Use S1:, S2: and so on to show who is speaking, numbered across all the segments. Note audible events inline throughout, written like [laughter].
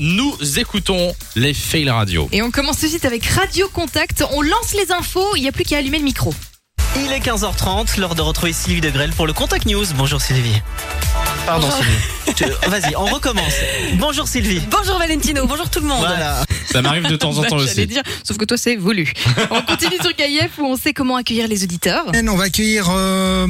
S1: Nous écoutons les fails radio.
S2: Et on commence tout de suite avec Radio Contact. On lance les infos, il n'y a plus qu'à allumer le micro.
S3: Il est 15h30, l'heure de retrouver Sylvie de Grelle pour le Contact News. Bonjour Sylvie. Pardon
S2: Bonjour.
S3: Sylvie. [laughs] Tu- Vas-y, on recommence. Bonjour Sylvie.
S2: Bonjour Valentino, bonjour tout le monde.
S3: Voilà.
S1: Ça m'arrive de
S2: [laughs]
S1: temps en temps
S2: Bah, J'allais
S1: aussi.
S2: dire, sauf que toi c'est
S1: [laughs]
S2: voulu. On continue sur KIF où on sait comment accueillir les auditeurs.
S1: Ah,
S4: semaine, on va accueillir euh,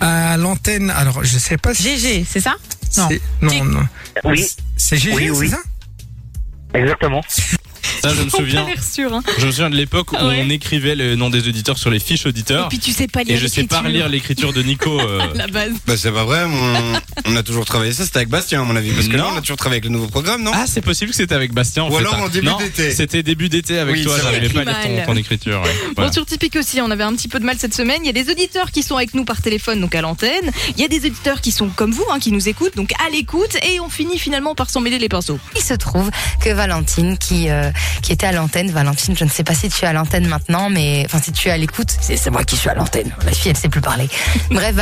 S4: à l'antenne. Alors, je sais pas si.
S5: GG, c'est ça non.
S4: c'est- Non, non.
S6: Oui,
S4: C'est GG,
S6: Oui, oui.
S4: c'est ça
S6: exactement.
S1: Ça, je me
S2: [laughs] On
S1: souviens.
S2: a l'air sûr. hein.
S1: Je me souviens de l'époque où
S2: Ah ouais.
S1: on écrivait le nom des auditeurs sur les fiches
S2: Et
S1: auditeurs.
S2: puis tu sais pas lire.
S1: Et je sais pas
S2: l'écriture.
S1: lire l'écriture de Nico. euh.
S2: [laughs] La base.
S7: Bah c'est pas vrai, on, [laughs] on a toujours travaillé ça, c'était avec Bastien à mon avis, parce que là
S1: Non.
S7: on a toujours travaillé avec le nouveau programme, non
S1: Ah, c'est possible que c'était avec Bastien. en fait,
S7: Ou alors
S1: hein.
S7: en début
S1: Non,
S7: d'été.
S1: C'était début d'été avec
S7: Oui,
S1: toi.
S7: c'est vrai.
S1: J'arrivais pas à
S2: Écrit
S1: lire
S2: mal.
S1: ton, ton écriture. ouais. Voilà.
S2: Bon, sur Typique aussi, on avait un petit peu de mal cette semaine. Il y a des auditeurs qui sont avec nous par téléphone, donc à l'antenne. Il y a des auditeurs qui sont comme vous, hein, qui nous écoutent, donc à l'écoute. Et on finit finalement par s'en mêler les pinceaux.
S8: Il se trouve que Valentine, qui, euh, qui était à l'antenne, Valentine, je ne sais pas si tu es à l'antenne maintenant, mais enfin si tu es à l'écoute, c'est c'est moi qui suis à l'antenne. La fille, elle ne sait plus parler. [laughs] Bref,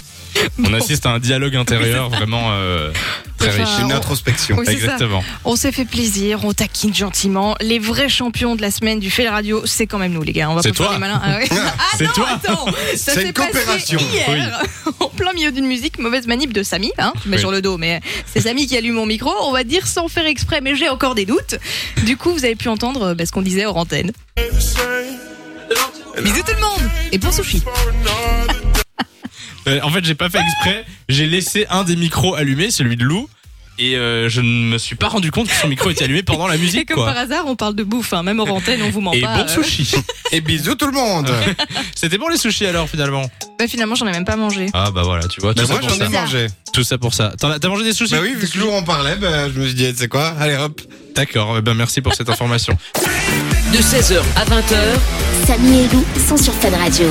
S1: On assiste à un dialogue intérieur vraiment euh, très
S2: Enfin,
S1: riche.
S7: C'est une
S2: on-
S7: introspection.
S2: Oui, c'est ça.
S1: Exactement.
S2: On s'est fait plaisir, on taquine gentiment. Les vrais champions de la semaine du Fait Radio, c'est quand même nous, les gars. On va
S1: C'est
S2: pas
S1: toi.
S2: faire les malins.
S1: [laughs]
S2: Ah, ouais. Ah
S1: C'est
S2: non,
S1: toi.
S2: attends, ça
S7: C'est
S2: s'est
S7: une
S2: passé
S7: coopération.
S2: Hier, [laughs] en plein milieu d'une musique, mauvaise manip de Samy. Hein, je mets
S1: Oui.
S2: sur le dos, mais c'est Samy qui allume mon micro. On va dire sans faire exprès, mais j'ai encore des doutes. Du coup, vous avez pu entendre euh, bah, ce qu'on disait hors antenne. Bisous tout le monde et bon sushi.
S1: Euh, en fait, j'ai pas fait exprès. J'ai laissé un des micros allumé, celui de Lou. Et euh, je ne me suis pas rendu compte que son micro était allumé pendant la
S2: [laughs] Et
S1: musique.
S2: comme
S1: quoi.
S2: par hasard, on parle de bouffe, hein, même hors antenne, on vous ment
S1: Et
S2: pas.
S1: bon
S2: euh.
S1: sushi. [laughs]
S7: Et bisous tout le monde
S1: C'était bon les sushis alors finalement
S2: Bah, finalement, j'en ai même pas mangé.
S1: Ah bah voilà, tu vois, tout,
S7: Bah
S1: ça,
S7: moi
S1: pour
S7: j'en ai
S1: ça.
S2: bizarre.
S7: mangé.
S1: tout ça pour ça. T'en as- T'as mangé des sushis
S7: Bah oui, vu que Lou en parlait, bah, je me suis dit, eh, tu sais quoi, allez hop
S1: D'accord, eh ben merci
S7: [laughs]
S1: pour cette information.
S9: Samy et Lou sont sur Fun Radio.